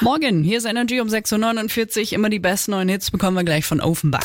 Morgen, hier ist Energy um 6.49 Uhr. Immer die besten neuen Hits bekommen wir gleich von Ofenbach.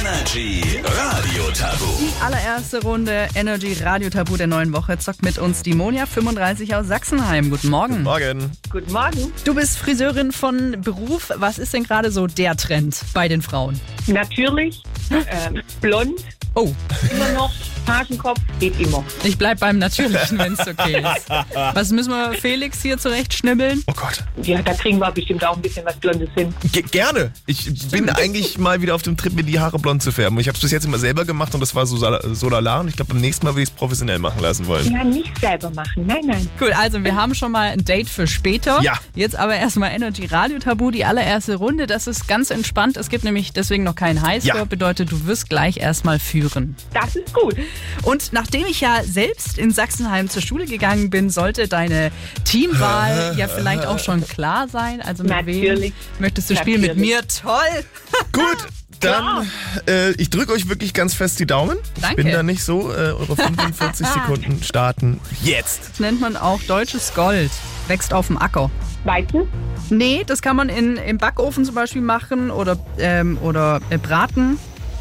Energy Radio Tabu. Die allererste Runde Energy Radio Tabu der neuen Woche zockt mit uns die Monja 35 aus Sachsenheim. Guten Morgen. Morgen. Guten Morgen. Du bist Friseurin von Beruf. Was ist denn gerade so der Trend bei den Frauen? Natürlich, ähm, blond, Oh, immer noch, Hasenkopf, geht immer. ich bleib beim Natürlichen, wenn es okay ist. Was müssen wir Felix hier zurechtschnibbeln? Oh Gott. Ja, da kriegen wir bestimmt auch ein bisschen was Blondes hin. Ge gerne. Ich bin eigentlich mal wieder auf dem Trip, mir die Haare blond zu färben. Ich habe es bis jetzt immer selber gemacht und das war so, sal- so lala. Und ich glaube, beim nächsten Mal will ich es professionell machen lassen wollen. Ja, nicht selber machen, nein, nein. Cool, also wir haben schon mal ein Date für später. Ja. Jetzt aber erstmal Energy Radio Tabu, die allererste Runde. Das ist ganz entspannt. Es gibt nämlich deswegen noch keinen Highscore. Ja. Bedeutet, du wirst gleich erstmal führen. Das ist gut. Und nachdem ich ja selbst in Sachsenheim zur Schule gegangen bin, sollte deine Teamwahl ja vielleicht auch schon klar sein. Also mit wem Natürlich. möchtest du spielen? Mit Natürlich. mir? Toll! Gut, dann äh, ich drücke euch wirklich ganz fest die Daumen. Danke. Bin da nicht so. Äh, eure 45 Sekunden starten jetzt. Das nennt man auch deutsches Gold. Wächst auf dem Acker. Weizen, Nee, das kann man in, im Backofen zum Beispiel machen oder, ähm, oder äh, braten.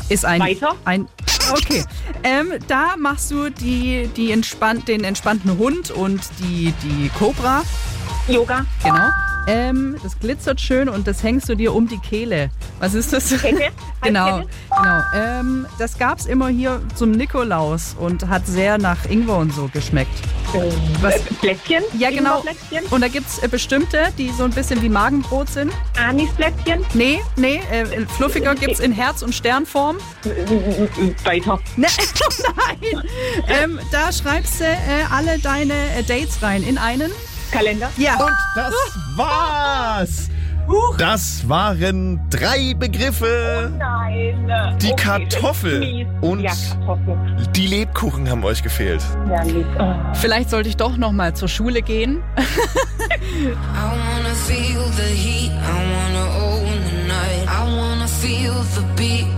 Ist ein. Weiter? Ein, okay. Ähm, da machst du die, die entspannt, den entspannten Hund und die, die Cobra. Yoga, Genau. Ähm, das glitzert schön und das hängst du dir um die Kehle. Was ist das? Kette, genau. Kette. genau. Ähm, das gab es immer hier zum Nikolaus und hat sehr nach Ingwer und so geschmeckt. ähm, Was- äh, Plätzchen, Ja, genau. Ingwerplätzchen, Und da gibt es bestimmte, die so ein bisschen wie Magenbrot sind. Anisplätzchen, Nee, nee, äh, fluffiger gibt's in Herz- und Sternform. Mm, weiter. Ne, nein! Ähm, da schreibst du äh, alle deine äh, Dates rein in einen. Kalender, Ja. Und das war's. Huch. Das waren drei Begriffe. nein. Die Okay, Kartoffel das ist mies. und- Ja, Kartoffel. Die Lebkuchen haben euch gefehlt. Ja, mies. Oh. Vielleicht sollte ich doch nochmal zur Schule gehen. I wanna feel the heat, I wanna own the night, I wanna feel the beat. I